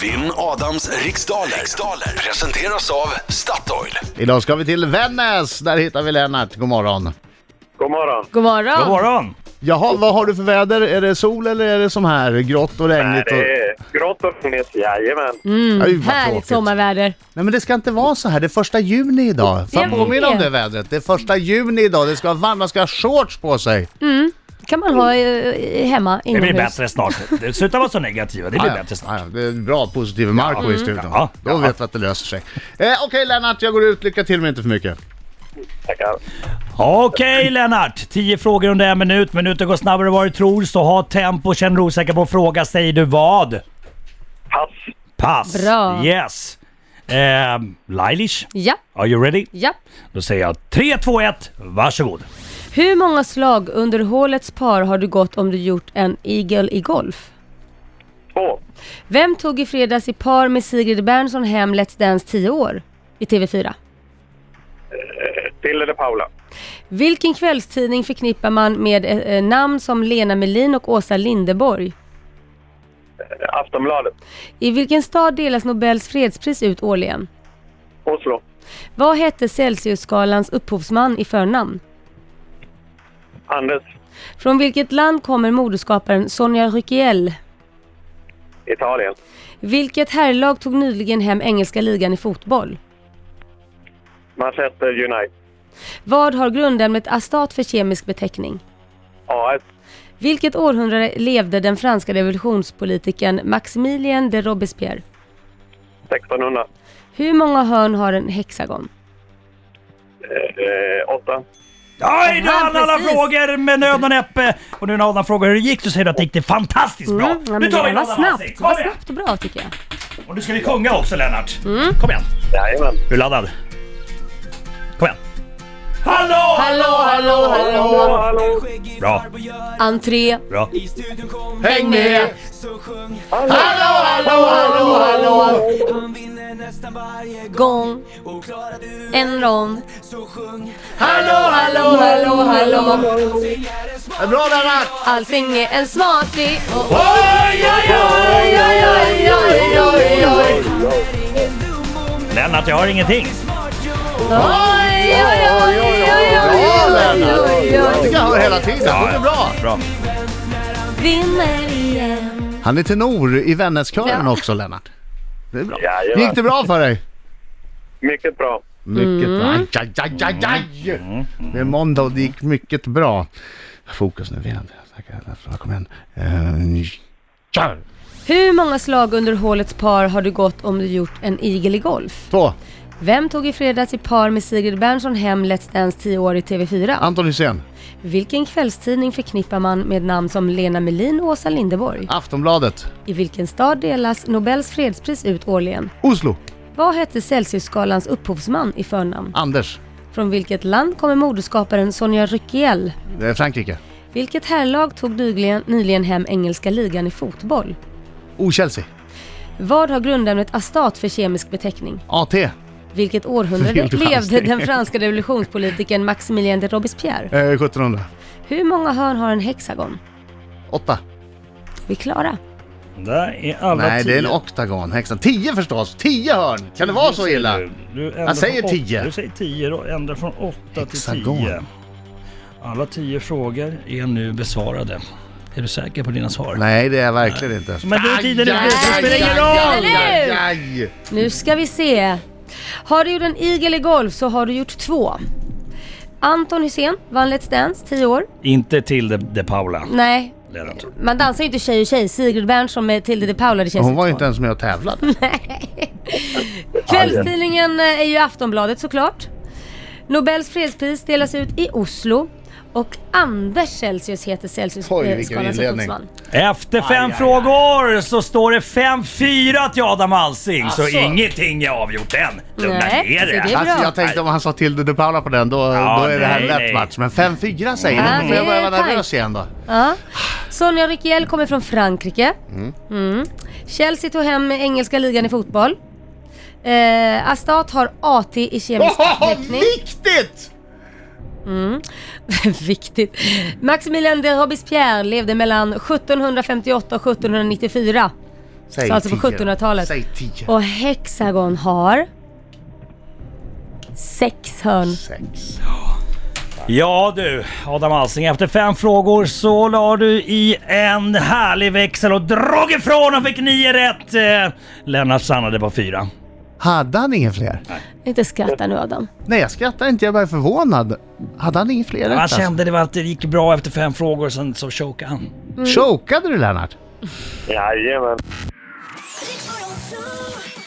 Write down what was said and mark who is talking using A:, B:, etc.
A: Vinn Adams riksdaler. riksdaler presenteras av Statoil.
B: Idag ska vi till Vännäs, där hittar vi Lennart. God morgon.
C: God morgon.
D: God morgon.
E: God morgon!
B: Jaha, vad har du för väder? Är det sol eller är det som här? Grått och
C: Nej,
B: regnigt? Och...
C: det är grått och regnigt. Jajamän.
B: Aj, vad
D: Härligt
B: tråkigt.
D: sommarväder.
B: Nej men det ska inte vara så här, det är första juni idag. Fan
D: Jag
B: påminna om
D: vet.
B: det vädret. Det är första juni idag, det ska vara varmt, man ska ha shorts på sig.
D: Det kan man ha eh, hemma
E: Det blir
D: inomhus.
E: bättre snart. Det- Sluta vara så negativa, det blir
B: Ah, ja.
E: bättre
B: Ah,
E: snart.
B: ja. Det är bra positiv Marco i studion.
E: Ja,
B: Då
E: ja.
B: vet vi att det löser sig. Eh, Okej Lennart, jag går ut. Lycka till men inte för mycket.
C: Tackar.
E: Okej Lennart, 10 frågor under en minut. Minuten går snabbare än vad du tror, så ha tempo. Känner du osäker på en fråga säger du vad?
C: Pass.
E: Pass.
D: Bra.
E: Yes. Ehm, Lailish,
D: Ja,
E: are you ready?
D: ja.
E: Då säger jag 3, 2, 1, varsågod.
D: Hur många slag under hålets par har du gått om du gjort en eagle i golf?
C: Två.
D: Vem tog i fredags i par med Sigrid Bernson hem Let's Dance 10 år? I TV4.
C: Till eller Paula.
D: Vilken kvällstidning förknippar man med eh, eh, namn som Lena Melin och Åsa Linderborg?
C: Eh, Aftonbladet.
D: I vilken stad delas Nobels fredspris ut årligen?
C: Oslo.
D: Vad hette Celsiusskalans upphovsman i förnamn?
C: Anders.
D: Från vilket land kommer modeskaparen Sonja Rykiel?
C: Italien.
D: Vilket herrlag tog nyligen hem engelska ligan i fotboll?
C: Manchester United.
D: Vad har grundämnet astat för kemisk beteckning?
C: AS.
D: Vilket århundrade levde den franska revolutionspolitikern Maximilien de Robespierre?
C: 1600.
D: Hur många hörn har en hexagon?
C: Eh, åtta.
E: Oj, du
D: Ja,
E: hann alla
D: precis.
E: frågor med nöd och näppe. Och nu när Adam frågar hur det gick, så säger du att det gick det fantastiskt bra.
D: Mm, ja, men
E: nu tar vi
D: det
E: en
D: var
E: Adam
D: snabbt.
E: Alsing.
D: Det
E: Kom
D: var
E: igen.
D: snabbt och bra tycker jag.
E: Och nu ska vi sjunga också Lennart.
D: Mm.
E: Kom igen.
C: Jajamän.
E: Är du laddad? Kom igen. Hallå!
D: Hallå, hallå,
C: Hallå, hallå.
E: Bra,
D: Entré.
E: bra.
B: Häng med!
C: Hallå!
D: Hallå, hallå, hallå.
F: Han vinner nästan varje gång
D: Gång.
F: Och klarar du
D: En rond.
F: så sjung
D: Hallå, hallå, hallå, hallå.
B: Bra Lennart!
D: Allting är en smaklig och
E: Oj, oj, oj, oj, oj.
D: oj, oj, oj.
E: Lennart, jag har ingenting.
D: Oj, oj, oj, oj,
B: Bra
D: oj, oj, oj,
B: Lennart!
D: oj.
B: Det kan jag höra hela tiden.
E: Ja,
B: Det är
E: ja.
B: bra.
E: Bra.
D: Vinner igen.
B: Han är tenor i Vännäskören
D: Ja.
B: också Lennart. Det är bra.
C: Jajamän.
B: Gick det bra för dig?
C: Mycket bra.
B: Mycket bra. Aj, aj, aj, aj, aj.
E: Mm.
B: Det är måndag och det gick mycket bra. Fokus nu, Vind. Tackar, Kom igen. Eh, Kör!
D: Hur många slag under hålets par har du gått om du gjort en igel i golf?
B: Två.
D: Vem tog i fredags i par med Sigrid Bernson hem Let's Dance 10 år i TV4?
B: Anton Hysén.
D: Vilken kvällstidning förknippar man med namn som Lena Melin och Åsa Linderborg?
B: Aftonbladet.
D: I vilken stad delas Nobels fredspris ut årligen?
B: Oslo.
D: Vad hette Celsiusskalans upphovsman i förnamn?
B: Anders.
D: Från vilket land kommer modeskaparen Sonja Rykiel?
B: Det är Eh, Frankrike.
D: Vilket herrlag tog nyligen, nyligen hem engelska ligan i fotboll?
B: O Chelsea.
D: Vad har grundämnet astat för kemisk beteckning?
B: AT.
D: Vilket århundrade
B: Vild
D: levde
B: chansning.
D: den franska revolutionspolitikern Maximilien de Robespierre?
B: Eh, 1700.
D: Hur många hörn har en hexagon?
B: 8.
D: Vi är klara.
E: Där är alla
B: Nej, det är en
E: tio.
B: oktagon. Häxan. 10 förstås. 10 hörn. Kan det vara så illa?
E: Du, du ändrar
B: Jag säger
E: från åt-
B: tio.
E: Du säger 10 då, ändra från 8 till
B: Hexagon.
E: 10. Alla 10 frågor är nu besvarade. Är du säker på dina svar?
B: Nej, det är jag verkligen inte.
E: Men du, tiden är
B: Aj,
E: slut, det spelar ingen
B: aj,
E: roll!
B: aj, aj, aj.
D: Nu ska vi se. Har du gjort en igel i golf så har du gjort två. Anton Hysén vann Let's Dance, 10 år.
E: Inte till de, de Paula,
B: Mm.
D: Nej,
E: Lennart.
D: man dansar ju inte tjej och tjej. Sigrid Bernson med Tilde de Paula, det känns
B: Hon var ju
D: så.
B: inte ens med och tävlade.
D: Kvällstidningen eh, är ju Aftonbladet såklart. Nobels fredspris delas ut i Oslo. Och Anders Celsius heter Celsius
B: Oj,
D: eh,
B: vilken
D: skalans
B: inledning.
D: upphovsman.
E: Efter fem frågor så står det 5-4 till Adam Alsing, så
B: Asså.
E: ingenting är avgjort än. Lugna
D: Nej,
E: ner
D: så det
E: dig.
D: är-
B: Alltså,
D: bra.
B: jag tänkte om han sa till de Paula på den, då,
E: Ja,
B: då är det här en
E: nej,
B: lätt
E: nej.
B: match. Men 5-4 säger
D: Ja,
B: han. Då får jag
D: det
B: börja
D: är
B: vara
D: tajt.
B: nervös igen då.
D: Ja. Sonja Rykiel kommer från Frankrike. Mm. Chelsea tog hem engelska ligan i fotboll. Eh, Astat har AT i kemisk
B: Ohoho,
D: beteckning.
B: viktigt!
D: Viktigt. Maximilien de Robespierre levde mellan 1758 och 1794.
B: Säg
D: Så alltså på
B: tio då.
D: 1700-talet.
B: Säg 10.
D: Och Hexagon har sex hörn.
B: 6.
E: Ja du, Adam Alsing. Efter fem frågor så la du i en härlig växel och drog ifrån och fick nio rätt. Eh, Lennart stannade på fyra.
B: Hade han inga fler?
D: Inte skratta nu Adam.
B: Nej, jag skrattar inte. Jag bara är förvånad. Hade han inga fler? rätt,
E: Han
B: alltså?
E: kände det var att det gick bra efter fem frågor, sen så chokade han.
D: Mm.
B: Chokade du Lennart?
C: Jajamän.
G: Rick 102.